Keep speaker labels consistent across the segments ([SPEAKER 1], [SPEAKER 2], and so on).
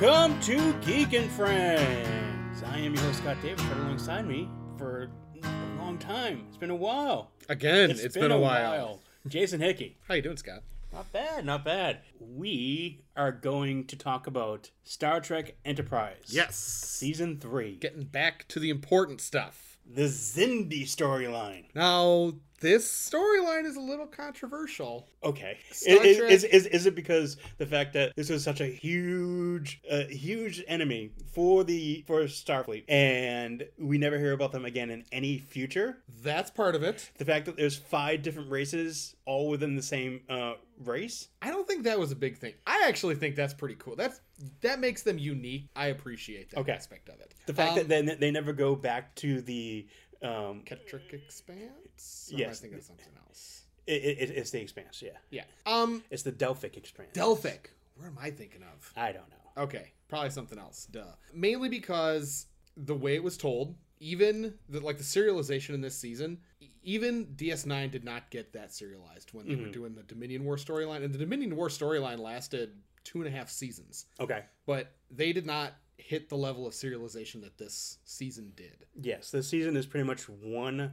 [SPEAKER 1] to Geek and Friends. I am your host Scott Davis. Right alongside me for a long time. It's been a while.
[SPEAKER 2] Again, it's been, a while.
[SPEAKER 1] Jason Hickey.
[SPEAKER 2] How you doing, Scott?
[SPEAKER 1] Not bad. Not bad. We are going to talk about Star Trek Enterprise.
[SPEAKER 2] Yes.
[SPEAKER 1] Season three.
[SPEAKER 2] Getting back to the important stuff.
[SPEAKER 1] the Zindi storyline.
[SPEAKER 2] Now, this storyline is a little controversial.
[SPEAKER 1] Okay.
[SPEAKER 2] Star
[SPEAKER 1] Is,
[SPEAKER 2] Trek-
[SPEAKER 1] is, is, is it because the fact that this was such a huge, uh, huge enemy for the for Starfleet, and we never hear about them again in any future?
[SPEAKER 2] That's part of it.
[SPEAKER 1] The fact that there's five different races all within the same uh, race.
[SPEAKER 2] I don't think that was a big thing. I actually think that's pretty cool. That's that makes them unique. I appreciate that
[SPEAKER 1] Okay.
[SPEAKER 2] aspect of it.
[SPEAKER 1] The fact that
[SPEAKER 2] Um,
[SPEAKER 1] they, they never go back to the um, it,
[SPEAKER 2] Ketrick expanse. Or am I
[SPEAKER 1] Yes.
[SPEAKER 2] thinking of something else.
[SPEAKER 1] it, it's the expanse. Yeah,
[SPEAKER 2] Yeah. Um,
[SPEAKER 1] it's the Delphic expanse.
[SPEAKER 2] Delphic. Where am I thinking of?
[SPEAKER 1] I don't know.
[SPEAKER 2] Okay, probably something else. Duh. Mainly because the way it was told, even the, like the serialization in this season, e- even DS9 did not get that serialized when they were doing the Dominion War storyline, and the Dominion War storyline lasted two and a half seasons,
[SPEAKER 1] Okay.
[SPEAKER 2] but they did not hit the level of serialization that this season did.
[SPEAKER 1] Yes, this season is pretty much one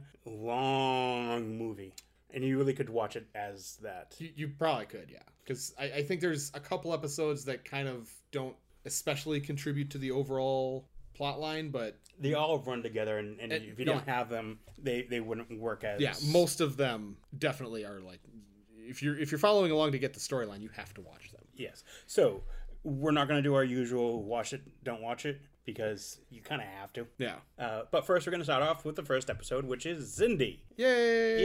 [SPEAKER 1] long movie, and you really could watch it as that.
[SPEAKER 2] You, you probably could, yeah, because I, I think there's a couple episodes that kind of don't especially contribute to the overall plot line, but
[SPEAKER 1] They all run together, and, and
[SPEAKER 2] And-
[SPEAKER 1] if you don't have them, they they wouldn't work as
[SPEAKER 2] yeah most of them definitely are like if you're if you're following along to get the storyline you have to watch them
[SPEAKER 1] Yes. So we're not going to do our usual watch it, don't watch it, because you kind of have to.
[SPEAKER 2] yeah
[SPEAKER 1] Uh, but first, we're going to start off with the first episode, which is Zindi.
[SPEAKER 2] yay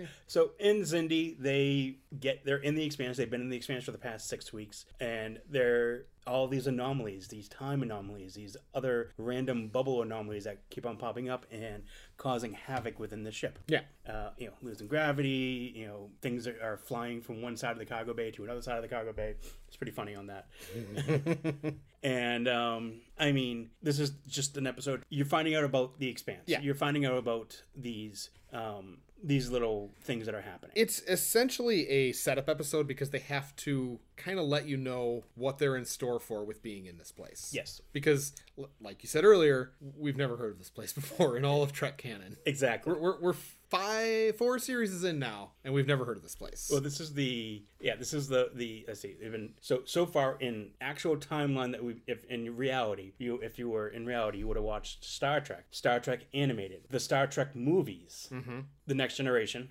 [SPEAKER 1] Yay! So in Zindi, they get they're in the expanse. They've been in the expanse for the past six weeks, and they're all these anomalies, these time anomalies, these other random bubble anomalies that keep on popping up and causing havoc within the ship.
[SPEAKER 2] yeah
[SPEAKER 1] Uh, you know, losing gravity. You know, things are, are flying from one side of the cargo bay to another side of the cargo bay. It's pretty funny on that. And um, I mean, this is just an episode. You're finding out about the expanse.
[SPEAKER 2] Yeah.
[SPEAKER 1] You're finding out about these um, these little things that are happening.
[SPEAKER 2] it's essentially a setup episode because they have to kind of let you know what they're in store for with being in this place
[SPEAKER 1] yes,
[SPEAKER 2] because l- like you said earlier we've never heard of this place before in all of trek canon
[SPEAKER 1] exactly.
[SPEAKER 2] we're, we're, we're five four series is in now and we've never heard of this place
[SPEAKER 1] Well, this is the yeah. This is the the let's see. Even so so far in actual timeline that we if in reality you if you were in reality you would have watched Star Trek, Star Trek animated, the Star Trek movies, the Next Generation,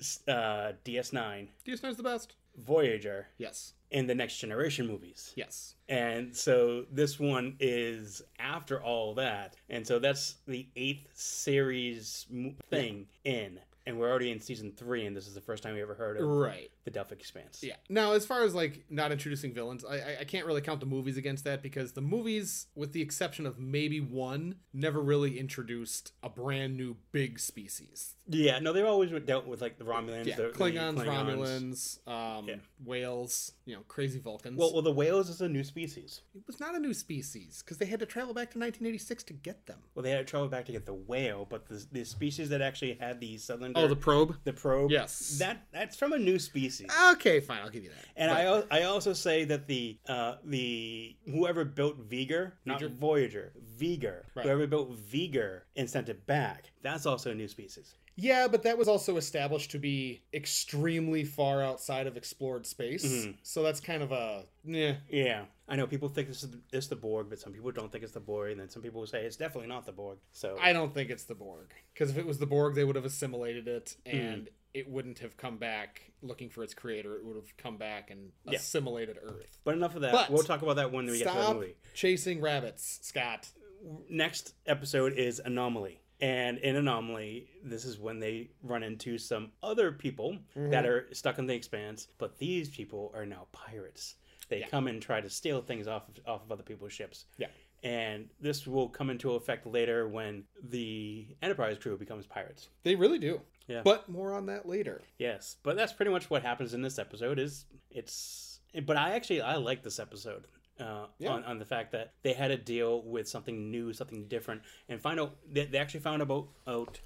[SPEAKER 1] s- uh, DS9,
[SPEAKER 2] ds9's the best
[SPEAKER 1] Voyager,
[SPEAKER 2] yes
[SPEAKER 1] and the Next Generation movies.
[SPEAKER 2] yes
[SPEAKER 1] And so this one is after all that. And so that's the eighth series m- thing in. And we're already in season three, and this is the first time we ever heard of
[SPEAKER 2] right
[SPEAKER 1] the Delphic Expanse.
[SPEAKER 2] Yeah. Now, as far as like not introducing villains, I, I I can't really count the movies against that because the movies, with the exception of maybe one, never really introduced a brand new big species.
[SPEAKER 1] Yeah, no, they've always dealt with like the Romulans,
[SPEAKER 2] Yeah,
[SPEAKER 1] the, the
[SPEAKER 2] Klingons, Romulans, um, whales, you know, crazy Vulcans.
[SPEAKER 1] Well, well, the whales is a new species.
[SPEAKER 2] it was not a new species because they had to travel back to 1986 to get them.
[SPEAKER 1] Well, they had to travel back to get the whale, but the, the species that actually had the southern
[SPEAKER 2] Oh, the probe.
[SPEAKER 1] the probe.
[SPEAKER 2] Yes. Ah.
[SPEAKER 1] that that's from a new species.
[SPEAKER 2] Okay, fine, I'll give you that.
[SPEAKER 1] And I, al- I also say that the uh, the whoever built Viger, not
[SPEAKER 2] Viger?
[SPEAKER 1] Voyager, Viger,
[SPEAKER 2] Right.
[SPEAKER 1] whoever built Viger and sent it back, that's also a new species.
[SPEAKER 2] Yeah, but that was also established to be extremely far outside of explored space,
[SPEAKER 1] Mm-hmm.
[SPEAKER 2] so that's kind of a yeah.
[SPEAKER 1] Yeah, I know people think this is the, it's the Borg, but some people don't think it's the Borg, and then some people will say it's definitely not the Borg. So
[SPEAKER 2] I don't think it's the Borg because if it was the Borg, they would have assimilated it
[SPEAKER 1] Hmm.
[SPEAKER 2] and it wouldn't have come back looking for its creator. It would have come back and assimilated Earth.
[SPEAKER 1] but enough of that.
[SPEAKER 2] But-
[SPEAKER 1] we'll talk about that when we get to the
[SPEAKER 2] Stop
[SPEAKER 1] movie.
[SPEAKER 2] chasing rabbits, Scott.
[SPEAKER 1] Next episode is Anomaly. And in Anomaly, this is when they run into some other people that
[SPEAKER 2] Mm-hmm.
[SPEAKER 1] are stuck in the expanse, but these people are now pirates. They come and try to steal things off of, off of other people's ships.
[SPEAKER 2] Yeah.
[SPEAKER 1] And this will come into effect later when the Enterprise crew becomes pirates.
[SPEAKER 2] They really do.
[SPEAKER 1] Yeah.
[SPEAKER 2] But more on that later.
[SPEAKER 1] Yes, but that's pretty much what happens in this episode. Is it's but I actually I like this episode. Uh,
[SPEAKER 2] Yeah.
[SPEAKER 1] on, on the fact that they had to deal with something new, something different, and find out they, they actually found about out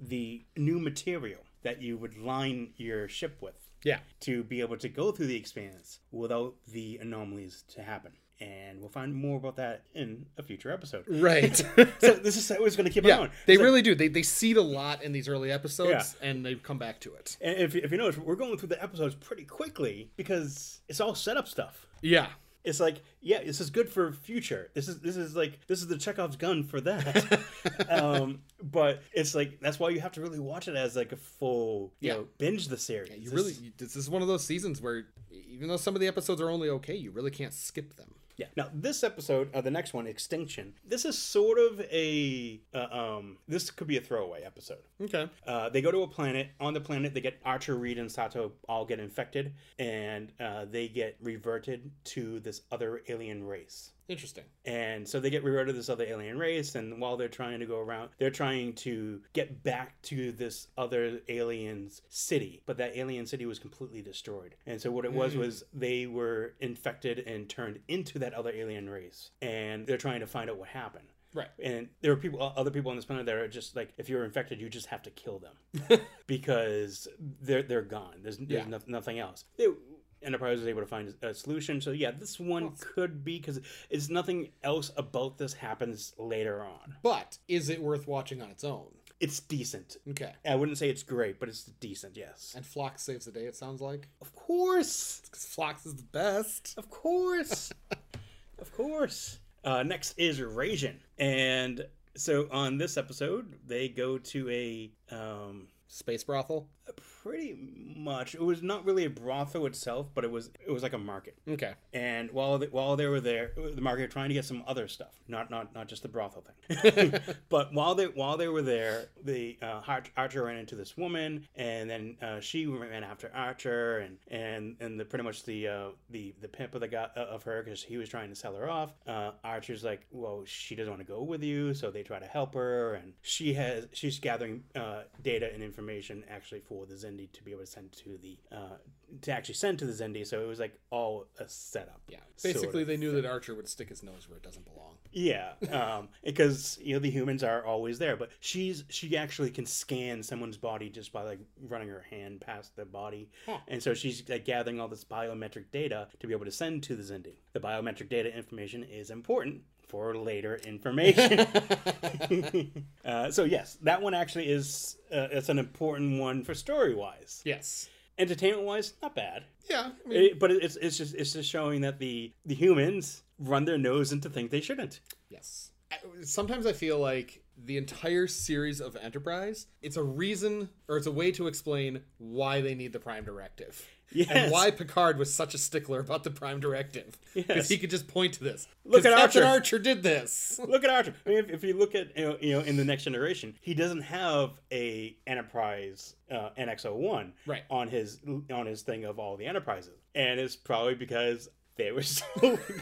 [SPEAKER 1] the new material that you would line your ship with
[SPEAKER 2] Yeah.
[SPEAKER 1] to be able to go through the expanse without the anomalies to happen. and we'll find more about that in a future episode.
[SPEAKER 2] Right.
[SPEAKER 1] so this is always going to keep
[SPEAKER 2] Mm. yeah,
[SPEAKER 1] on.
[SPEAKER 2] they
[SPEAKER 1] So-
[SPEAKER 2] really do. They they seed a lot in these early episodes, and they come back to it.
[SPEAKER 1] and if, if you notice, we're going through the episodes pretty quickly because it's all setup stuff.
[SPEAKER 2] Yeah.
[SPEAKER 1] It's like, yeah, this is good for future. This is this is like this is the Chekhov's gun for that. um, but it's like that's why you have to really watch it as like a full, you
[SPEAKER 2] Yeah.
[SPEAKER 1] know, binge the series.
[SPEAKER 2] You
[SPEAKER 1] This-
[SPEAKER 2] really you, this is one of those seasons where even though some of the episodes are only okay, you really can't skip them.
[SPEAKER 1] Yeah. Now this episode, uh, the next one, Extinction. This is sort of a uh, um. This could be a throwaway episode.
[SPEAKER 2] Okay.
[SPEAKER 1] Uh, they go to a planet. On the planet, they get Archer, Reed, and Sato all get infected, and uh, they get reverted to this other alien race.
[SPEAKER 2] Interesting.
[SPEAKER 1] And so they get reverted to this other alien race, and while they're trying to go around, they're trying to get back to this other alien's city. But that alien city was completely destroyed. And so what it was was they were infected and turned into that other alien race, and they're trying to find out what happened.
[SPEAKER 2] Right.
[SPEAKER 1] And there are people, o- other people on this planet that are just like, if you're infected, you just have to kill them because they're they're gone. There's, there's
[SPEAKER 2] Yeah.
[SPEAKER 1] noth- nothing else. They, Enterprise was able to find a solution. So yeah, this one could be because it's nothing else about this happens later on.
[SPEAKER 2] But is it worth watching on its own?
[SPEAKER 1] It's decent.
[SPEAKER 2] Okay.
[SPEAKER 1] I wouldn't say it's great, but it's decent. Yes,
[SPEAKER 2] And Flox saves the day. It sounds like
[SPEAKER 1] of course,
[SPEAKER 2] because Flox is the best.
[SPEAKER 1] of course, of course. Uh, next is Eurasian, and so on this episode, they go to a um,
[SPEAKER 2] Space brothel.
[SPEAKER 1] pretty much it was not really a brothel itself but it was it was like a market
[SPEAKER 2] Okay.
[SPEAKER 1] and while they, while they were there the market were trying to get some other stuff not not not just the brothel thing but while they while they were there the uh, Har- archer ran into this woman and then uh, she ran after archer and and and the pretty much the uh, the the pimp of the guy uh, of her because he was trying to sell her off uh, archer's like well she doesn't want to go with you so they try to help her and she has she's gathering uh, data and information actually for the zendi to be able to send to the uh, to actually send to the zendi so it was like all a setup
[SPEAKER 2] Yeah.
[SPEAKER 1] sort
[SPEAKER 2] Basically,
[SPEAKER 1] of.
[SPEAKER 2] they knew that Archer would stick his nose where it doesn't belong.
[SPEAKER 1] Yeah, um, because you know the humans are always there, but she's she actually can scan someone's body just by like running her hand past their body,
[SPEAKER 2] Huh.
[SPEAKER 1] and so she's like, gathering all this biometric data to be able to send to the Zendi. The biometric data information is important for later information. uh, so yes, that one actually is uh, it's an important one for story wise,
[SPEAKER 2] Yes.
[SPEAKER 1] entertainment wise, not bad.
[SPEAKER 2] Yeah. I mean,
[SPEAKER 1] It, but it's it's just it's just showing that the the humans run their nose into things they shouldn't.
[SPEAKER 2] Yes. I- Sometimes I feel like the entire series of Enterprise, it's a reason or it's a way to explain why they need the Prime Directive.
[SPEAKER 1] Yes.
[SPEAKER 2] And why Picard was such a stickler about the Prime Directive. Because
[SPEAKER 1] Yes.
[SPEAKER 2] he could just point to this.
[SPEAKER 1] Look
[SPEAKER 2] 'Cause
[SPEAKER 1] at
[SPEAKER 2] Captain
[SPEAKER 1] Archer.
[SPEAKER 2] Archer did this.
[SPEAKER 1] look at Archer. I mean, if, if you look at you know, you know in the next generation, he doesn't have a Enterprise uh, NX-01
[SPEAKER 2] Right.
[SPEAKER 1] on his on his thing of all the Enterprises, and it's probably because they were so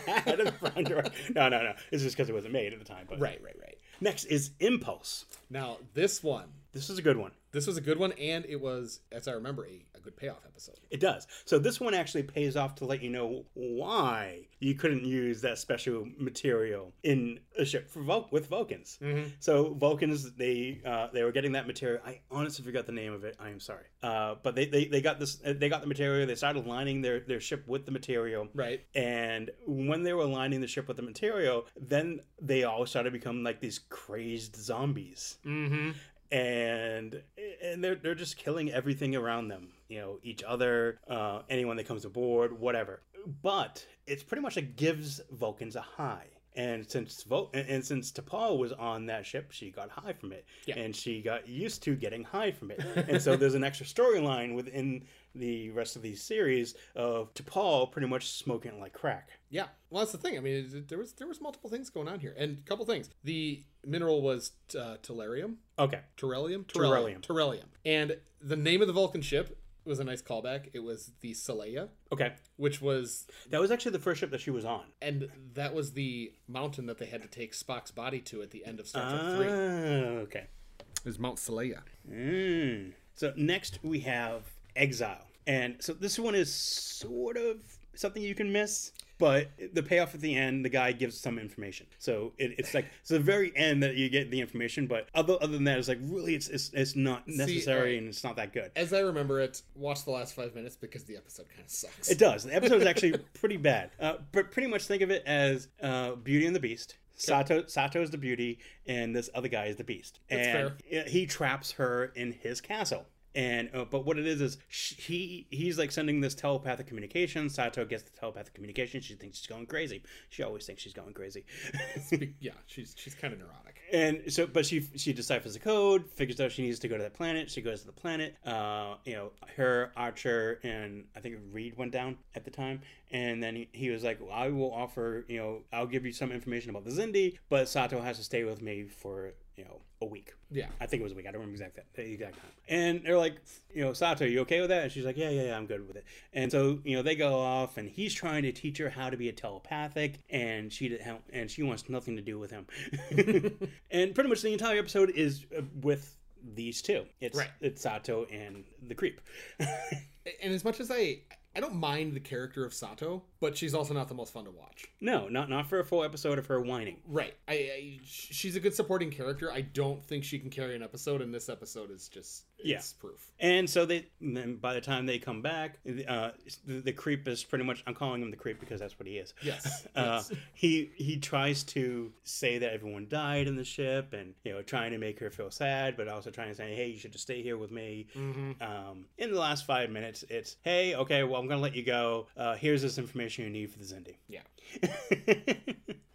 [SPEAKER 1] bad at Prime Directive. No, no, no. It's just because it wasn't made at the time. But
[SPEAKER 2] Right, right, right.
[SPEAKER 1] next is Impulse.
[SPEAKER 2] Now, this one,
[SPEAKER 1] This is a good one.
[SPEAKER 2] this was a good one, and it was, as I remember, a, a good payoff episode.
[SPEAKER 1] It does. So this one actually pays off to let you know why you couldn't use that special material in a ship for Vul- with Vulcans. So Vulcans, they uh, they were getting that material. I honestly forgot the name of it. I am sorry. Uh, but they, they, they got this. uh, They got the material. They started lining their, their ship with the material.
[SPEAKER 2] Right.
[SPEAKER 1] And when they were lining the ship with the material, then they all started to become like these crazed zombies
[SPEAKER 2] Mm-hmm.
[SPEAKER 1] and and they're they're just killing everything around them. You know, each other, uh, anyone that comes aboard, whatever. But it's pretty much it gives Vulcans a high. And since Vol- and, and since T'Pol was on that ship, she got high from it,
[SPEAKER 2] Yeah.
[SPEAKER 1] and she got used to getting high from it. and so there's an extra storyline within the rest of these series of T'Pol pretty much smoking like crack.
[SPEAKER 2] Yeah, well, that's the thing. I mean, it- it- there was there was multiple things going on here, and a couple things. The mineral was uh, tellurium,
[SPEAKER 1] Okay,
[SPEAKER 2] Terrellium?
[SPEAKER 1] Turellium.
[SPEAKER 2] Turellium. And the name of the Vulcan ship was a nice callback. It was the Saleya,
[SPEAKER 1] okay,
[SPEAKER 2] which was,
[SPEAKER 1] that was actually the first ship that she was on.
[SPEAKER 2] and that was the mountain that they had to take Spock's body to at the end of Star Trek
[SPEAKER 1] Ah,
[SPEAKER 2] 3. It
[SPEAKER 1] okay.
[SPEAKER 2] was Mount Saleya.
[SPEAKER 1] Mm. So next we have Exile, and so this one is sort of something you can miss. but the payoff at the end, the guy gives some information. So it, it's like it's the very end that you get the information, but other other than that, it's like really it's it's, it's not necessary
[SPEAKER 2] right.
[SPEAKER 1] and it's not that good.
[SPEAKER 2] As I remember it, watch the last five minutes because the episode kind of sucks.
[SPEAKER 1] It does. The episode is actually pretty bad, uh, but pretty much think of it as uh, Beauty and the Beast. Sato Sato is the beauty, and this other guy is the beast, and he traps her in his castle. And uh, but what it is is sh he he's like sending this telepathic communication. Sato gets the telepathic communication. She thinks she's going crazy. She always thinks she's going crazy.
[SPEAKER 2] Spe- yeah, she's she's kind of neurotic.
[SPEAKER 1] and so but she she deciphers the code figures out she needs to go to that planet she goes to the planet uh you know her archer and i think reed went down at the time and then he, he was like well, i will offer you know i'll give you some information about the zindi but sato has to stay with me for you know a week
[SPEAKER 2] Yeah.
[SPEAKER 1] I think it was a week. I don't remember exact that the exact time. And they're like, you know, Sato, you okay with that? And she's like, yeah, yeah, yeah, I'm good with it. And so you know, they go off, and he's trying to teach her how to be a telepathic, and she did help, and she wants nothing to do with him. and pretty much the entire episode is uh, with these two. It's
[SPEAKER 2] Right.
[SPEAKER 1] it's Sato and the creep.
[SPEAKER 2] And as much as I I don't mind the character of Sato, but she's also not the most fun to watch.
[SPEAKER 1] no, not not for a full episode of her whining.
[SPEAKER 2] Right. I, I sh- she's a good supporting character. I don't think she can carry an episode, and this episode is just
[SPEAKER 1] Yeah.
[SPEAKER 2] it's proof.
[SPEAKER 1] And so they, and then by the time they come back, uh, the, the creep is pretty much. I'm calling him the creep because that's what he is.
[SPEAKER 2] Yes.
[SPEAKER 1] Uh,
[SPEAKER 2] yes.
[SPEAKER 1] he he tries to say that everyone died in the ship, and you know, trying to make her feel sad, but also trying to say, "Hey, you should just stay here with me."
[SPEAKER 2] Mhm.
[SPEAKER 1] Um, in the last five minutes, it's, "Hey, okay, well, I'm gonna let you go. Uh, here's this information you need for the Zindi."
[SPEAKER 2] Yeah.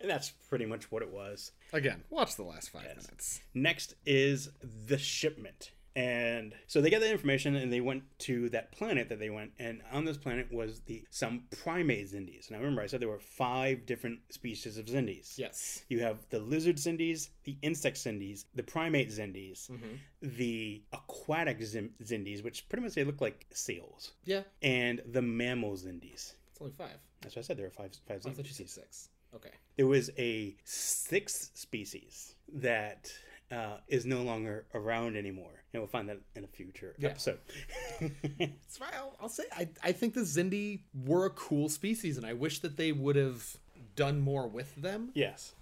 [SPEAKER 1] and that's pretty much what it was.
[SPEAKER 2] Again, watch the last five minutes.
[SPEAKER 1] Next is the shipment. And so they get that information and they went to that planet that they went and on this planet was the some primate Zindis. Now remember I said there were five different species of Zindis.
[SPEAKER 2] Yes.
[SPEAKER 1] You have the lizard Zindis, the insect Zindis, the primate Zindis,
[SPEAKER 2] Mhm.
[SPEAKER 1] the aquatic zin- Zindis, which pretty much they look like seals,
[SPEAKER 2] Yeah.
[SPEAKER 1] and the mammal Zindis.
[SPEAKER 2] It's only five.
[SPEAKER 1] That's what I said. There are five five
[SPEAKER 2] I thought you said
[SPEAKER 1] Zindis.
[SPEAKER 2] six. Okay.
[SPEAKER 1] There was a sixth species that uh, is no longer around anymore, and we'll find that in a future
[SPEAKER 2] Yeah.
[SPEAKER 1] episode.
[SPEAKER 2] That's right. I'll, I'll say I, I think the Zindi were a cool species, and I wish that they would have done more with them.
[SPEAKER 1] Yes.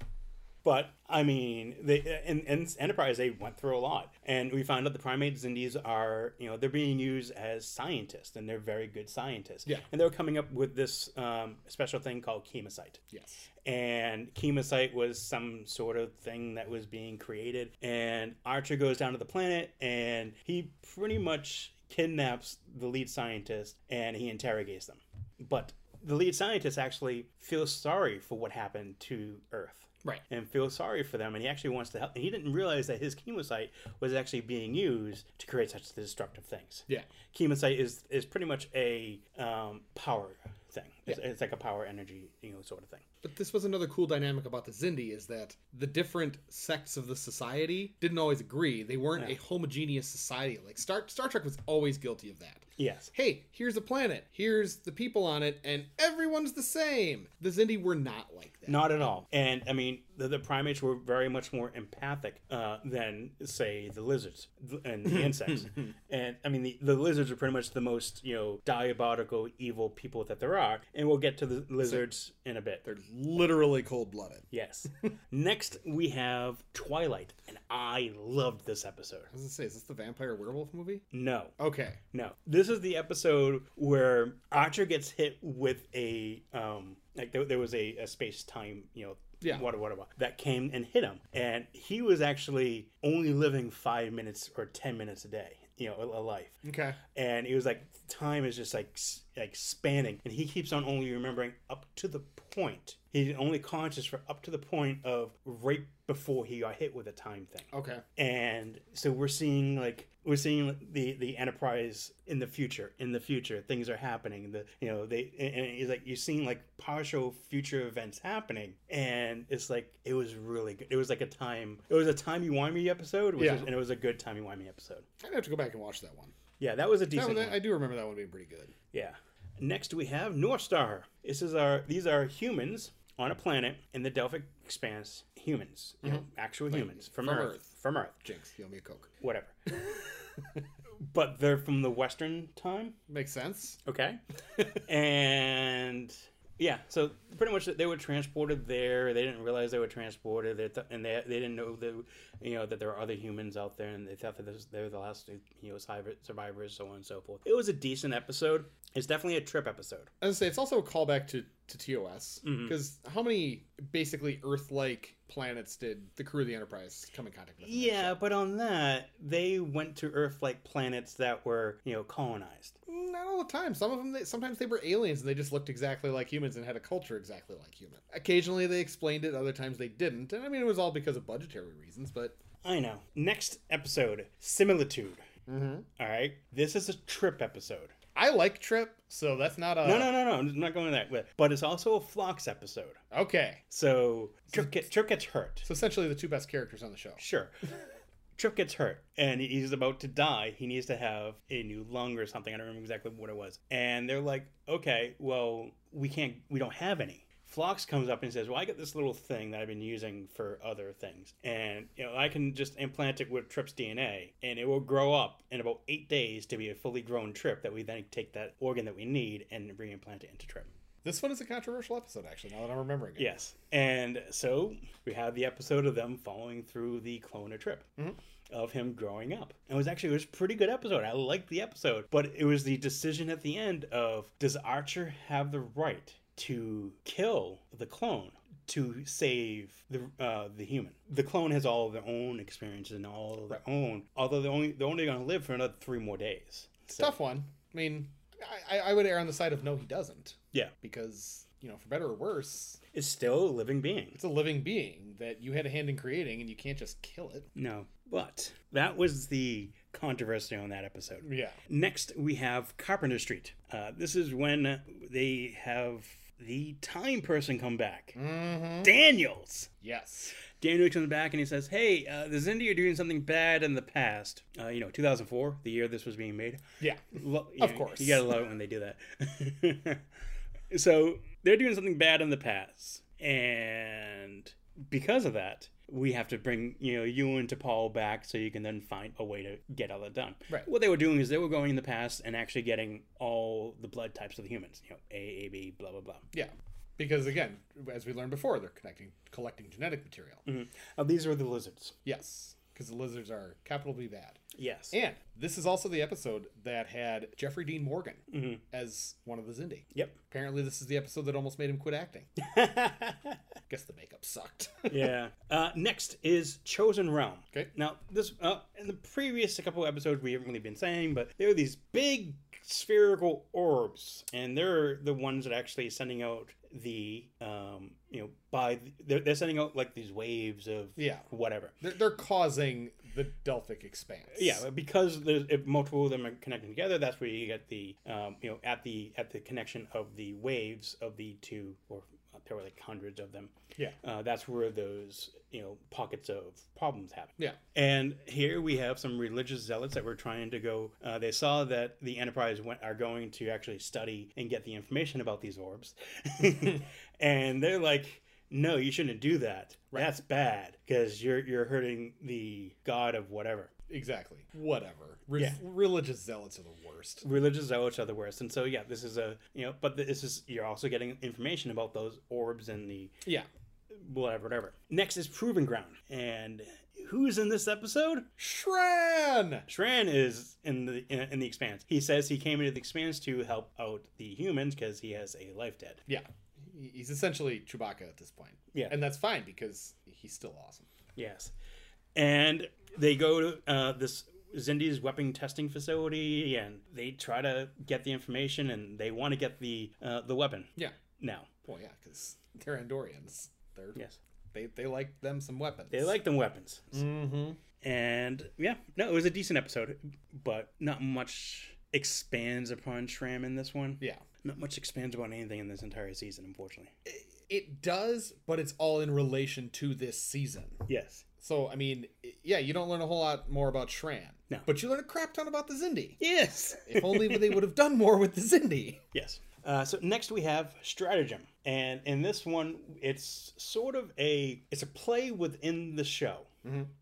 [SPEAKER 1] But I mean, they uh, in, in Enterprise they went through a lot, and we found out the primate Zindis are you know they're being used as scientists, and they're very good scientists.
[SPEAKER 2] Yeah.
[SPEAKER 1] and they're coming up with this um, special thing called chemosite.
[SPEAKER 2] Yes.
[SPEAKER 1] and chemosite was some sort of thing that was being created and archer goes down to the planet and he pretty much kidnaps the lead scientist and he interrogates them but the lead scientist actually feels sorry for what happened to earth
[SPEAKER 2] Right.
[SPEAKER 1] and feels sorry for them and he actually wants to help and he didn't realize that his chemosite was actually being used to create such destructive things
[SPEAKER 2] Yeah.
[SPEAKER 1] chemosite is is pretty much a um, power thing it's, it's like a power energy you know sort of thing
[SPEAKER 2] But this was another cool dynamic about the Zindi is that the different sects of the society didn't always agree. They weren't a homogeneous society. Like Star Star Trek was always guilty of that.
[SPEAKER 1] Yes.
[SPEAKER 2] Hey, here's a planet. Here's the people on it, and everyone's the same. The Zindi were not like that.
[SPEAKER 1] Not at all. And I mean, the, the primates were very much more empathic uh, than, say, the lizards th- and the insects. And I mean, the, the lizards are pretty much the most, you know, diabolical, evil people that there are. And we'll get to the lizards in a bit.
[SPEAKER 2] They're literally cold blooded.
[SPEAKER 1] Yes. Next, we have Twilight. And I loved this episode.
[SPEAKER 2] I was gonna say, is this the vampire werewolf movie?
[SPEAKER 1] No,
[SPEAKER 2] Okay.
[SPEAKER 1] no. This is the episode where Archer gets hit with a, um, like, there, there was a, a space time, you know,
[SPEAKER 2] Yeah.
[SPEAKER 1] what, what, what, that came and hit him. And he was actually only living five minutes or 10 minutes a day, you know, a, a life.
[SPEAKER 2] Okay.
[SPEAKER 1] And he was like, time is just like, s- like spanning. And he keeps on only remembering up to the point. He's only conscious for up to the point of right before he got hit with a time thing
[SPEAKER 2] Okay.
[SPEAKER 1] and so we're seeing like we're seeing the the enterprise in the future in the future things are happening the you know they and and it's like you're seeing like partial future events happening and it's like it was really good it was like a time it was a timey-wimey episode which
[SPEAKER 2] Yeah.
[SPEAKER 1] was, and it was a good timey-wimey episode
[SPEAKER 2] I'd have to go back and watch that one.
[SPEAKER 1] yeah that was a
[SPEAKER 2] That
[SPEAKER 1] decent
[SPEAKER 2] one
[SPEAKER 1] one.
[SPEAKER 2] I do remember that one being pretty good.
[SPEAKER 1] Yeah. Next we have North Star. This is our these are humans on a planet in the Delphic expanse. Humans. You know, actual humans from,
[SPEAKER 2] Mm-hmm. from
[SPEAKER 1] Earth.
[SPEAKER 2] Earth.
[SPEAKER 1] From Earth.
[SPEAKER 2] Jinx, you owe me a Coke.
[SPEAKER 1] Whatever. but they're from the Western time.
[SPEAKER 2] Makes sense.
[SPEAKER 1] Okay. and Yeah, so pretty much they were transported there. They didn't realize they were transported, they th- and they, they didn't know that you know that there were other humans out there, and they thought that this, they were the last you know survivor- survivors, so on and so forth. It was a decent episode. It's definitely a trip episode.
[SPEAKER 2] As I say, it's also a callback to, to TOS. Because how many basically Earth like planets did the crew of the Enterprise come in contact with? in that
[SPEAKER 1] Yeah, but on that they went to Earth-like planets that were you know colonized.
[SPEAKER 2] Not all the time. Some of them, they, sometimes they were aliens and they just looked exactly like humans and had a culture exactly like human. Occasionally they explained it, other times they didn't. And I mean, it was all because of budgetary reasons, but.
[SPEAKER 1] I know. Next episode, similitude. All right, this is a trip episode. Uh,
[SPEAKER 2] I like Trip, so that's not a.
[SPEAKER 1] No, no, no, no. I'm not going that way. But it's also a Flocks episode.
[SPEAKER 2] Okay.
[SPEAKER 1] So Trip, get, Trip gets hurt.
[SPEAKER 2] So essentially the two best characters on the show.
[SPEAKER 1] Sure. Trip gets hurt and he's about to die. He needs to have a new lung or something. I don't remember exactly what it was. And they're like, okay, well, we can't, we don't have any. Phlox comes up and says, well, I got this little thing that I've been using for other things. And, you know, I can just implant it with Trip's DNA and it will grow up in about eight days to be a fully grown Trip that we then take that organ that we need and re implant it into Trip.
[SPEAKER 2] This one is a controversial episode, actually, now that I'm remembering it.
[SPEAKER 1] Yes. And so we have the episode of them following through the Kelowna trip of him growing up. And it was actually it was a pretty good episode. I liked the episode. But it was the decision at the end of does Archer have the right to kill the clone? To save the uh, the human, the clone has all of their own experiences and all of their own. Although they're only they're only going to live for another three more days. So,
[SPEAKER 2] Tough one. I mean, I, I- I would err on the side of no, he doesn't.
[SPEAKER 1] Yeah,
[SPEAKER 2] Because, you know, for better or worse,
[SPEAKER 1] it's still a living being.
[SPEAKER 2] it's a living being that you had a hand in creating and you can't just kill it.
[SPEAKER 1] No, but that was the controversy on that episode.
[SPEAKER 2] Yeah.
[SPEAKER 1] Next, we have Carpenter Street. Uh, this is when they have the time person come back.
[SPEAKER 2] Mm-hmm.
[SPEAKER 1] Daniels.
[SPEAKER 2] Yes.
[SPEAKER 1] Daniels comes back and he says, "Hey, uh, the Zindi are doing something bad in the past. Uh, you know, 2004, the year this was being made.
[SPEAKER 2] Yeah.
[SPEAKER 1] Lo- you
[SPEAKER 2] Of
[SPEAKER 1] know,
[SPEAKER 2] course.
[SPEAKER 1] you gotta love it when they do that. so they're doing something bad in the past, and because of that, we have to bring you know you and T'Pol back so you can then find a way to get all that done.
[SPEAKER 2] Right.
[SPEAKER 1] What they were doing is they were going in the past and actually getting all the blood types of the humans. You know, A, A, B, blah, blah, blah.
[SPEAKER 2] Yeah. Because again, as we learned before, they're connecting collecting genetic material.
[SPEAKER 1] Uh, these are the lizards.
[SPEAKER 2] Yes. Because the lizards are capital B bad.
[SPEAKER 1] Yes.
[SPEAKER 2] And this is also the episode that had Jeffrey Dean Morgan as one of the Zindi.
[SPEAKER 1] yep.
[SPEAKER 2] Apparently, this is the episode that almost made him quit acting. Guess the makeup sucked.
[SPEAKER 1] yeah. Uh, next is Chosen Realm.
[SPEAKER 2] Okay.
[SPEAKER 1] Now, this uh, in the previous couple episodes we haven't really been saying, but there are these big spherical orbs, and they're the ones that actually sending out the um, you know by the, they're, they're sending out like these waves of
[SPEAKER 2] Yeah.
[SPEAKER 1] whatever.
[SPEAKER 2] they're, they're causing the Delphic expanse.
[SPEAKER 1] Yeah, because there's if multiple of them are connecting together. That's where you get the um, you know at the at the connection of the waves of the two or uh, there were like hundreds of them.
[SPEAKER 2] Yeah.
[SPEAKER 1] Uh, that's where those you know pockets of problems happen.
[SPEAKER 2] Yeah.
[SPEAKER 1] And here we have some religious zealots that were trying to go. Uh, they saw that the Enterprise went, are going to actually study and get the information about these orbs, and they're like, "No, you shouldn't do that. That's bad because you're you're hurting the god of whatever."
[SPEAKER 2] Exactly. Whatever. Re-
[SPEAKER 1] Yeah.
[SPEAKER 2] Religious zealots are the worst.
[SPEAKER 1] religious zealots are the worst and so yeah this is a you know but this is you're also getting information about those orbs and the
[SPEAKER 2] Yeah.
[SPEAKER 1] whatever whatever next is proving ground and who's in this episode
[SPEAKER 2] Shran!
[SPEAKER 1] shran is in the in, in the expanse he says he came into the expanse to help out the humans because he has a life debt
[SPEAKER 2] Yeah. He- He's essentially Chewbacca at this point.
[SPEAKER 1] Yeah.
[SPEAKER 2] And that's fine because he's still awesome.
[SPEAKER 1] yes and they go to uh, this Zindi's weapon testing facility, and they try to get the information, and they want to get the uh, the weapon
[SPEAKER 2] Yeah.
[SPEAKER 1] now.
[SPEAKER 2] Well, yeah, because they're Andorians. They're,
[SPEAKER 1] Yes,
[SPEAKER 2] They they like them some weapons.
[SPEAKER 1] they like them weapons.
[SPEAKER 2] Mm-hmm.
[SPEAKER 1] And yeah, no, it was a decent episode, but not much expands upon Shram in this one.
[SPEAKER 2] Yeah.
[SPEAKER 1] Not much expands upon anything in this entire season, unfortunately.
[SPEAKER 2] It does, but it's all in relation to this season.
[SPEAKER 1] Yes.
[SPEAKER 2] So, I mean, i- yeah, you don't learn a whole lot more about Shran.
[SPEAKER 1] No.
[SPEAKER 2] But you learn a crap ton about the Zindi.
[SPEAKER 1] Yes.
[SPEAKER 2] If only they would have done more with the Zindi.
[SPEAKER 1] yes. Uh, so next we have stratagem, and in this one, it's sort of a it's a play within the show,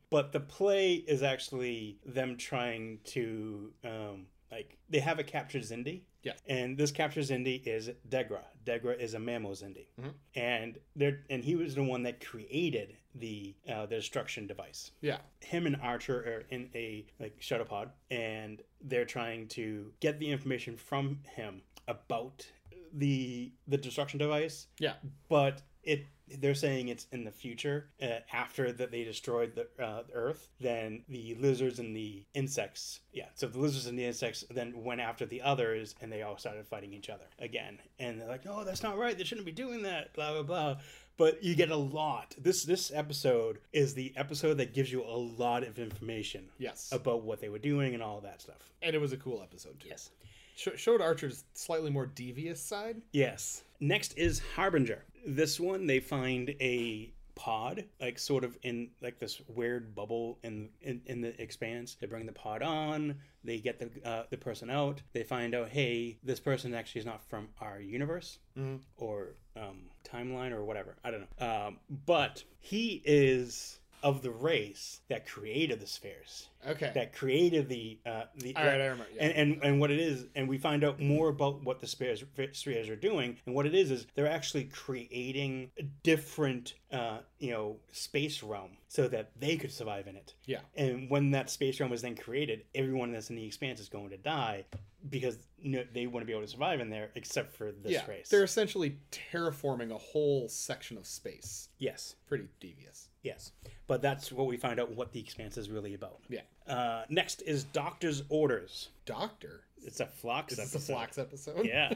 [SPEAKER 1] but the play is actually them trying to um, like they have a captured Zindi,
[SPEAKER 2] Yes.
[SPEAKER 1] And this captures Indy is Degra. Degra is a mammo's Indy,
[SPEAKER 2] Mhm.
[SPEAKER 1] and there and he was the one that created the uh, the destruction device.
[SPEAKER 2] Yeah.
[SPEAKER 1] Him and Archer are in a like shuttle pod, and they're trying to get the information from him about the the destruction device
[SPEAKER 2] Yeah.
[SPEAKER 1] but it they're saying it's in the future uh, after that they destroyed the uh, earth then the lizards and the insects yeah so the lizards and the insects then went after the others and they all started fighting each other again and they're like oh that's not right they shouldn't be doing that blah blah blah but you get a lot this this episode is the episode that gives you a lot of information
[SPEAKER 2] Yes.
[SPEAKER 1] about what they were doing and all that stuff
[SPEAKER 2] And it was a cool episode too.
[SPEAKER 1] yes
[SPEAKER 2] Sh- showed Archer's slightly more devious side.
[SPEAKER 1] Yes. Next is Harbinger. This one they find a pod, like sort of in like this weird bubble in in, in the expanse. They bring the pod on. They get the uh, the person out. They find out, hey, this person actually is not from our universe
[SPEAKER 2] Mhm.
[SPEAKER 1] or um, timeline or whatever. I don't know. Um, but he is of the race that created the spheres,
[SPEAKER 2] Okay.
[SPEAKER 1] that created the uh, the
[SPEAKER 2] All right, I remember. Yeah.
[SPEAKER 1] and, and and what it is, and we find out more about what the spheres spheres are doing, and what it is is they're actually creating a different, uh, you know, space realm so that they could survive in it.
[SPEAKER 2] yeah.
[SPEAKER 1] And when that space realm was then created, everyone that's in the expanse is going to die because you know, they wouldn't be able to survive in there except for this
[SPEAKER 2] yeah.
[SPEAKER 1] race.
[SPEAKER 2] They're essentially terraforming a whole section of space.
[SPEAKER 1] Yes,
[SPEAKER 2] Pretty devious.
[SPEAKER 1] yes, but that's what we find out what the expanse is really about.
[SPEAKER 2] Yeah.
[SPEAKER 1] Uh, next is Doctor's Orders.
[SPEAKER 2] Doctor.
[SPEAKER 1] It's a Flox
[SPEAKER 2] Is this a
[SPEAKER 1] episode.
[SPEAKER 2] Flox episode?
[SPEAKER 1] Yeah.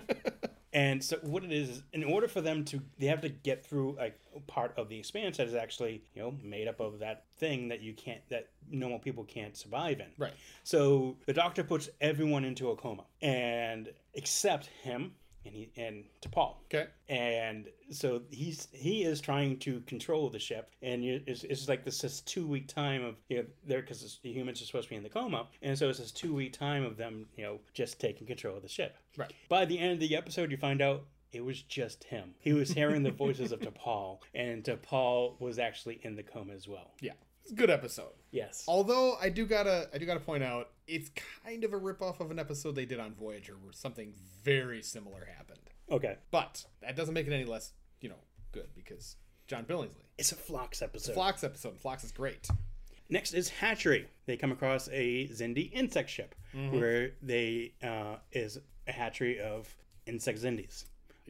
[SPEAKER 1] and so what it is, is in order for them to they have to get through like part of the expanse that is actually, you know, made up of that thing that you can't that normal people can't survive in.
[SPEAKER 2] Right.
[SPEAKER 1] So the doctor puts everyone into a coma and except him and he and to Paul.
[SPEAKER 2] Okay.
[SPEAKER 1] And so he's he is trying to control the ship, and you, it's, it's like this, this two week time of you know there because the humans are supposed to be in the coma, and so it's this two week time of them you know just taking control of the ship.
[SPEAKER 2] Right.
[SPEAKER 1] By the end of the episode, you find out it was just him. He was hearing the voices of T'Pol, and T'Pol was actually in the coma as well.
[SPEAKER 2] Yeah. It's a good episode.
[SPEAKER 1] Yes.
[SPEAKER 2] Although I do gotta I do gotta point out it's kind of a ripoff of an episode they did on Voyager where something very similar happened.
[SPEAKER 1] Okay.
[SPEAKER 2] But that doesn't make it any less, you know, good because John Billingsley.
[SPEAKER 1] It's a Flox episode.
[SPEAKER 2] Flox episode. Flox is great.
[SPEAKER 1] Next is hatchery. They come across a Zindi insect ship
[SPEAKER 2] Mm-hmm.
[SPEAKER 1] where they uh, is a hatchery of insect Zindis.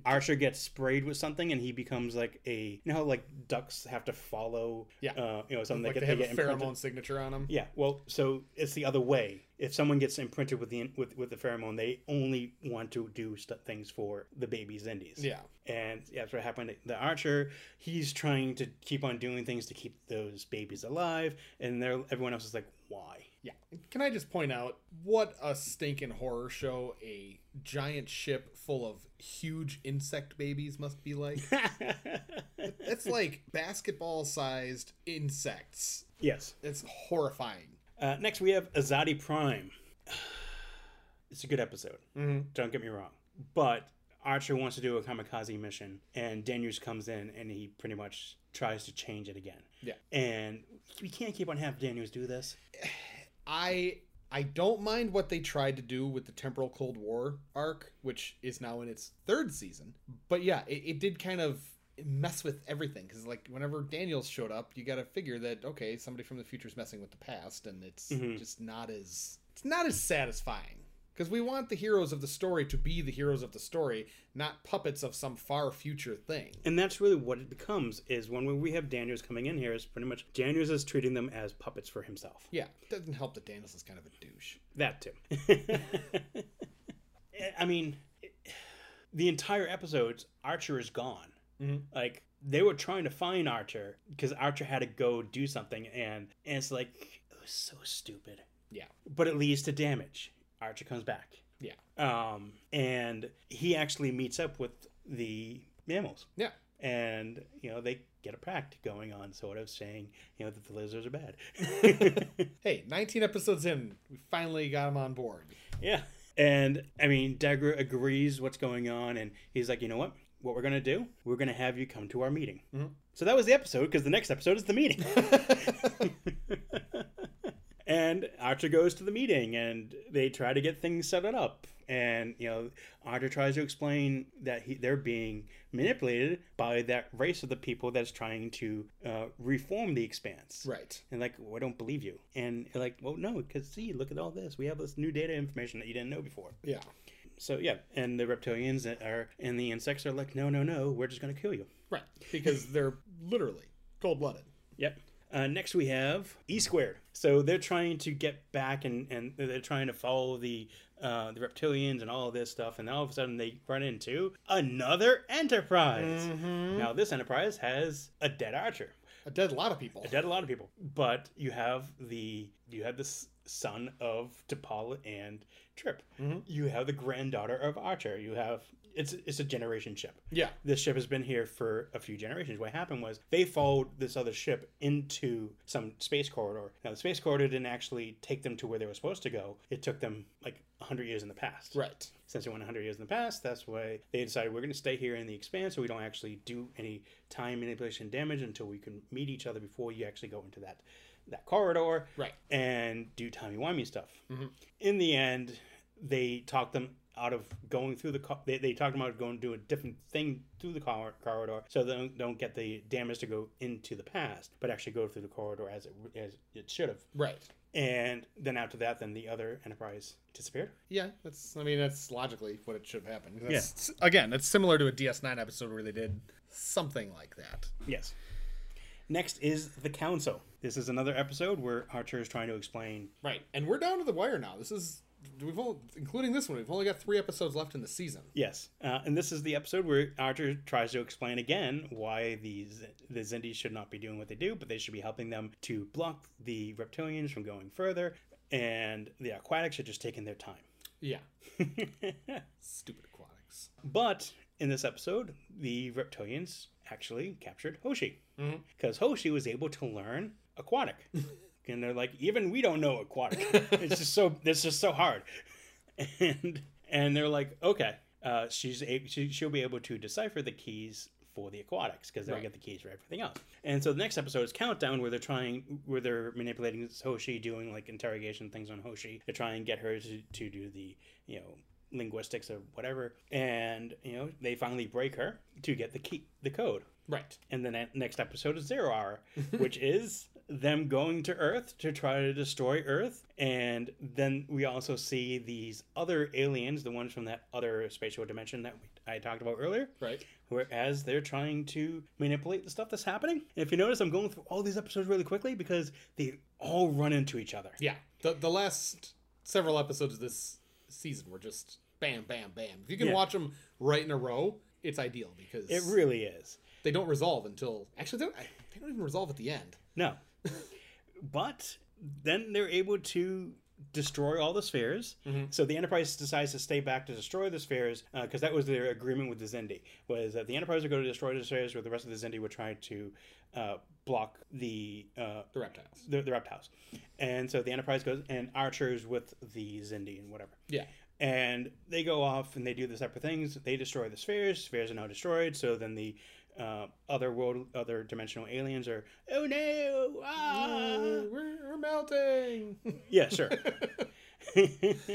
[SPEAKER 1] Archer gets sprayed with something and he becomes like a you know how like ducks have to follow
[SPEAKER 2] Yeah.
[SPEAKER 1] uh, you know something
[SPEAKER 2] Like
[SPEAKER 1] that
[SPEAKER 2] they
[SPEAKER 1] get,
[SPEAKER 2] have
[SPEAKER 1] they
[SPEAKER 2] a
[SPEAKER 1] get imprinted.
[SPEAKER 2] pheromone signature on them.
[SPEAKER 1] Yeah, well, so it's the other way. If someone gets imprinted with the with, with the pheromone, they only want to do st- things for the baby's indies.
[SPEAKER 2] Yeah.
[SPEAKER 1] And yeah, that's what happened to the archer. He's trying to keep on doing things to keep those babies alive, and they're, everyone else is like, why?
[SPEAKER 2] Yeah. Can I just point out what a stinking horror show a giant ship full of huge insect babies must be like? it's like basketball sized insects.
[SPEAKER 1] yes.
[SPEAKER 2] It's horrifying.
[SPEAKER 1] Uh, next, we have Azadi Prime. it's a good episode.
[SPEAKER 2] Mm-hmm.
[SPEAKER 1] Don't get me wrong. But Archer wants to do a kamikaze mission, and Daniels comes in and he pretty much tries to change it again.
[SPEAKER 2] Yeah.
[SPEAKER 1] And we can't keep on having Daniels do this.
[SPEAKER 2] I I don't mind what they tried to do with the temporal Cold War arc, which is now in its third season. But yeah, it, it did kind of mess with everything because like whenever Daniels showed up, you got to figure that okay, somebody from the future is messing with the past, and it's
[SPEAKER 1] Mhm.
[SPEAKER 2] just not as it's not as satisfying. Because we want the heroes of the story to be the heroes of the story, not puppets of some far future thing.
[SPEAKER 1] And that's really what it becomes is when we have Daniels coming in here is pretty much Daniels is treating them as puppets for himself.
[SPEAKER 2] Yeah, doesn't help that Daniels is kind of a douche.
[SPEAKER 1] That too. I mean, the entire episodes, Archer is gone.
[SPEAKER 2] Mhm.
[SPEAKER 1] Like they were trying to find Archer because Archer had to go do something, and, and it's like it was so stupid.
[SPEAKER 2] Yeah.
[SPEAKER 1] but it leads to damage. Archer comes back.
[SPEAKER 2] Yeah.
[SPEAKER 1] um, and he actually meets up with the mammals.
[SPEAKER 2] Yeah.
[SPEAKER 1] and you know they get a pact going on, sort of saying you know that the lizards are bad.
[SPEAKER 2] Hey, 19 episodes in, we finally got him on board.
[SPEAKER 1] Yeah. And I mean, Dagger agrees what's going on, and he's like, you know what? What we're going to do, we're going to have you come to our meeting.
[SPEAKER 2] Mhm.
[SPEAKER 1] So that was the episode, because the next episode is the meeting. and Archer goes to the meeting, and they try to get things set up. and you know Andre tries to explain that he, they're being manipulated by that race of the people that's trying to uh, reform the expanse.
[SPEAKER 2] Right.
[SPEAKER 1] And like, well, I don't believe you. And you're like, well, no, because see, look at all this. We have this new data information that you didn't know before.
[SPEAKER 2] Yeah.
[SPEAKER 1] So yeah, and the reptilians that are and the insects are like, no, no, no, we're just gonna kill you.
[SPEAKER 2] Right. Because they're literally cold blooded.
[SPEAKER 1] Yep. Uh, next we have E squared. So they're trying to get back and, and they're trying to follow the uh, the reptilians and all of this stuff, and all of a sudden they run into another Enterprise. Now this Enterprise has a dead archer,
[SPEAKER 2] A dead lot of people.
[SPEAKER 1] a dead a lot of people, but you have the you have the s- son of T'Pol and Trip. You have the granddaughter of Archer. You have it's it's a generation ship
[SPEAKER 2] Yeah.
[SPEAKER 1] this ship has been here for a few generations. What happened was they followed this other ship into some space corridor. Now, the space corridor didn't actually take them to where they were supposed to go. It took them like 100 years in the past.
[SPEAKER 2] Right.
[SPEAKER 1] Since they went 100 years in the past, that's why they decided we're going to stay here in the expanse so we don't actually do any time manipulation damage until we can meet each other before you actually go into that that corridor
[SPEAKER 2] Right.
[SPEAKER 1] and do timey-wimey stuff. In the end, they talked them out of going through the co- they, they talked them out of going to do a different thing through the cor- corridor so they don't, don't get the damage to go into the past but actually go through the corridor as it as it should have
[SPEAKER 2] Right.
[SPEAKER 1] and then after that then the other enterprise disappeared
[SPEAKER 2] Yeah, that's. I mean, that's logically what it should have happened. That's, Again, that's similar to a DS9 episode where they did something like that.
[SPEAKER 1] Yes. Next is the council. This is another episode where Archer is trying to explain.
[SPEAKER 2] Right. And we're down to the wire now. This is we've only, including this one. We've only got three episodes left in the season.
[SPEAKER 1] Yes, uh, and this is the episode where Archer tries to explain again why the Z- the Zindi should not be doing what they do, but they should be helping them to block the reptilians from going further, and the aquatics are just taking their time.
[SPEAKER 2] Yeah. Stupid aquatics.
[SPEAKER 1] but in this episode, the reptilians actually captured Hoshi because Hoshi was able to learn aquatic, and they're like, even we don't know aquatic. it's just so it's just so hard. and and they're like, okay, uh, she's a, she, she'll be able to decipher the keys for the aquatics because they'll
[SPEAKER 2] Right.
[SPEAKER 1] get the keys for everything else. And so the next episode is countdown where they're trying where they're manipulating Hoshi, doing like interrogation things on Hoshi to try and get her to, to do the you know linguistics or whatever. And you know they finally break her to get the key the code.
[SPEAKER 2] Right.
[SPEAKER 1] And then that next episode is Zero Hour, which is them going to Earth to try to destroy Earth. And then we also see these other aliens, the ones from that other spatial dimension that we, I talked about earlier.
[SPEAKER 2] Right.
[SPEAKER 1] Whereas they're trying to manipulate the stuff that's happening. And if you notice, I'm going through all these episodes really quickly because they all run into each other.
[SPEAKER 2] Yeah. The the last several episodes of this season were just bam, bam, bam. If you can
[SPEAKER 1] Yeah.
[SPEAKER 2] watch 'em watch them right in a row, it's ideal because
[SPEAKER 1] It really is.
[SPEAKER 2] they don't resolve until actually they don't, they don't even resolve at the end.
[SPEAKER 1] No. but then they're able to destroy all the spheres. So the Enterprise decides to stay back to destroy the spheres because that was their agreement with the Zendi was that the Enterprise would go to destroy the spheres, where the rest of the Zendi would try to uh, block the uh,
[SPEAKER 2] The reptiles.
[SPEAKER 1] the, the reptiles. And so the Enterprise goes and Archer's with the Zendi and whatever.
[SPEAKER 2] Yeah.
[SPEAKER 1] And they go off and they do the separate things. They destroy the spheres. Spheres are now destroyed. So then the uh, other world, other dimensional aliens are, oh no! Ah!
[SPEAKER 2] Uh, we're, we're melting.
[SPEAKER 1] Yeah, sure.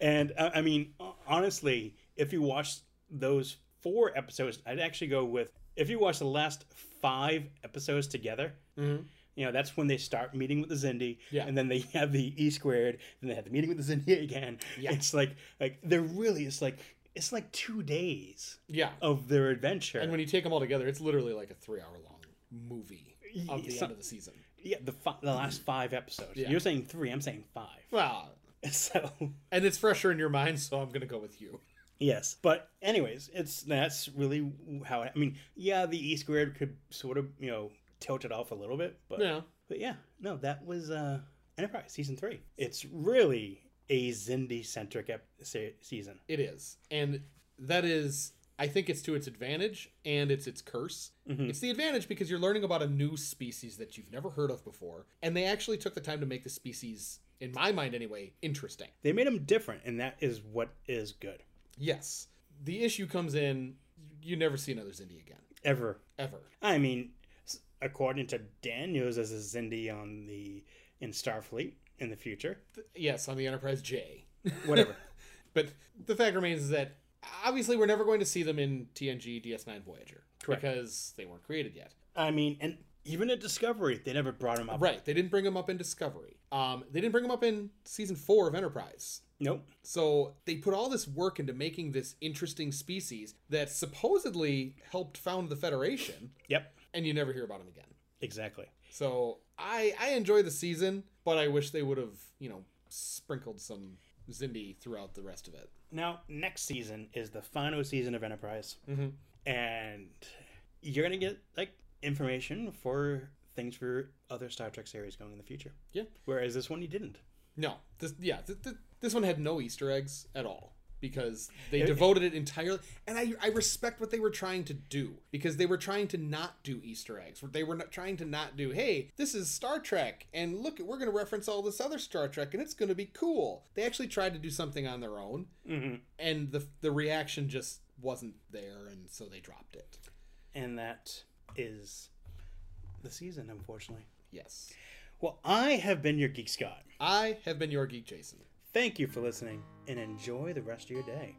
[SPEAKER 1] and uh, I mean, ho- honestly, if you watch those four episodes, I'd actually go with if you watch the last five episodes together.
[SPEAKER 2] Mm-hmm.
[SPEAKER 1] You know, that's when they start meeting with the Zindi,
[SPEAKER 2] Yeah.
[SPEAKER 1] and then they have the E squared, then they have the meeting with the Zindi again.
[SPEAKER 2] Yeah.
[SPEAKER 1] It's like like they're really it's like it's like two days
[SPEAKER 2] yeah.
[SPEAKER 1] of their adventure.
[SPEAKER 2] And when you take them all together, it's literally like a three hour long movie of the
[SPEAKER 1] Yeah,
[SPEAKER 2] end of the season.
[SPEAKER 1] yeah, the fi- the last five episodes.
[SPEAKER 2] Yeah.
[SPEAKER 1] You're saying three, I'm saying five.
[SPEAKER 2] Well,
[SPEAKER 1] So
[SPEAKER 2] and it's fresher in your mind, so I'm gonna go with you.
[SPEAKER 1] Yes, but anyways, it's that's really how it, I mean, yeah, the E squared could sort of you know tilt it off a little bit, but
[SPEAKER 2] Yeah.
[SPEAKER 1] but yeah, no, that was uh Enterprise season three. It's really a Zindi centric ep- se- season.
[SPEAKER 2] It is. And that is I think it's to its advantage and it's its curse. It's the advantage because you're learning about a new species that you've never heard of before, and they actually took the time to make the species, in my mind anyway, interesting.
[SPEAKER 1] They made them different, and that is what is good
[SPEAKER 2] Yes. The issue comes in you never see another Zindi again.
[SPEAKER 1] ever.
[SPEAKER 2] Ever.
[SPEAKER 1] I mean, s- according to Daniels as a Zindi on the in Starfleet in the future,
[SPEAKER 2] Th- Yes, on the Enterprise J.
[SPEAKER 1] whatever.
[SPEAKER 2] But the fact remains that obviously we're never going to see them in TNG DS9 Voyager
[SPEAKER 1] Correct.
[SPEAKER 2] because they weren't created yet.
[SPEAKER 1] I mean, and even at Discovery, they never brought him up.
[SPEAKER 2] Right. They didn't bring them up in Discovery. Um, they didn't bring them up in season four of Enterprise.
[SPEAKER 1] Nope.
[SPEAKER 2] So they put all this work into making this interesting species that supposedly helped found the Federation,
[SPEAKER 1] Yep.
[SPEAKER 2] and you never hear about them again.
[SPEAKER 1] Exactly.
[SPEAKER 2] So I I enjoy the season, but I wish they would have you know sprinkled some Zindi throughout the rest of it.
[SPEAKER 1] Now, next season is the final season of Enterprise,
[SPEAKER 2] Mhm.
[SPEAKER 1] and you're gonna get like information for things for other Star Trek series going in the future.
[SPEAKER 2] Yeah.
[SPEAKER 1] Whereas this one, you didn't.
[SPEAKER 2] No, this yeah th- th- this one had no Easter eggs at all because they
[SPEAKER 1] It-
[SPEAKER 2] devoted it entirely. And I I respect what they were trying to do because they were trying to not do Easter eggs. They were not trying to not do hey this is Star Trek and look we're going to reference all this other Star Trek and it's going to be cool. They actually tried to do something on their own,
[SPEAKER 1] Mm-hmm.
[SPEAKER 2] and the the reaction just wasn't there, and so they dropped it.
[SPEAKER 1] And that is the season, unfortunately.
[SPEAKER 2] Yes.
[SPEAKER 1] Well, I have been your Geek Scott.
[SPEAKER 2] I have been your Geek Jason.
[SPEAKER 1] Thank you for listening, and enjoy the rest of your day.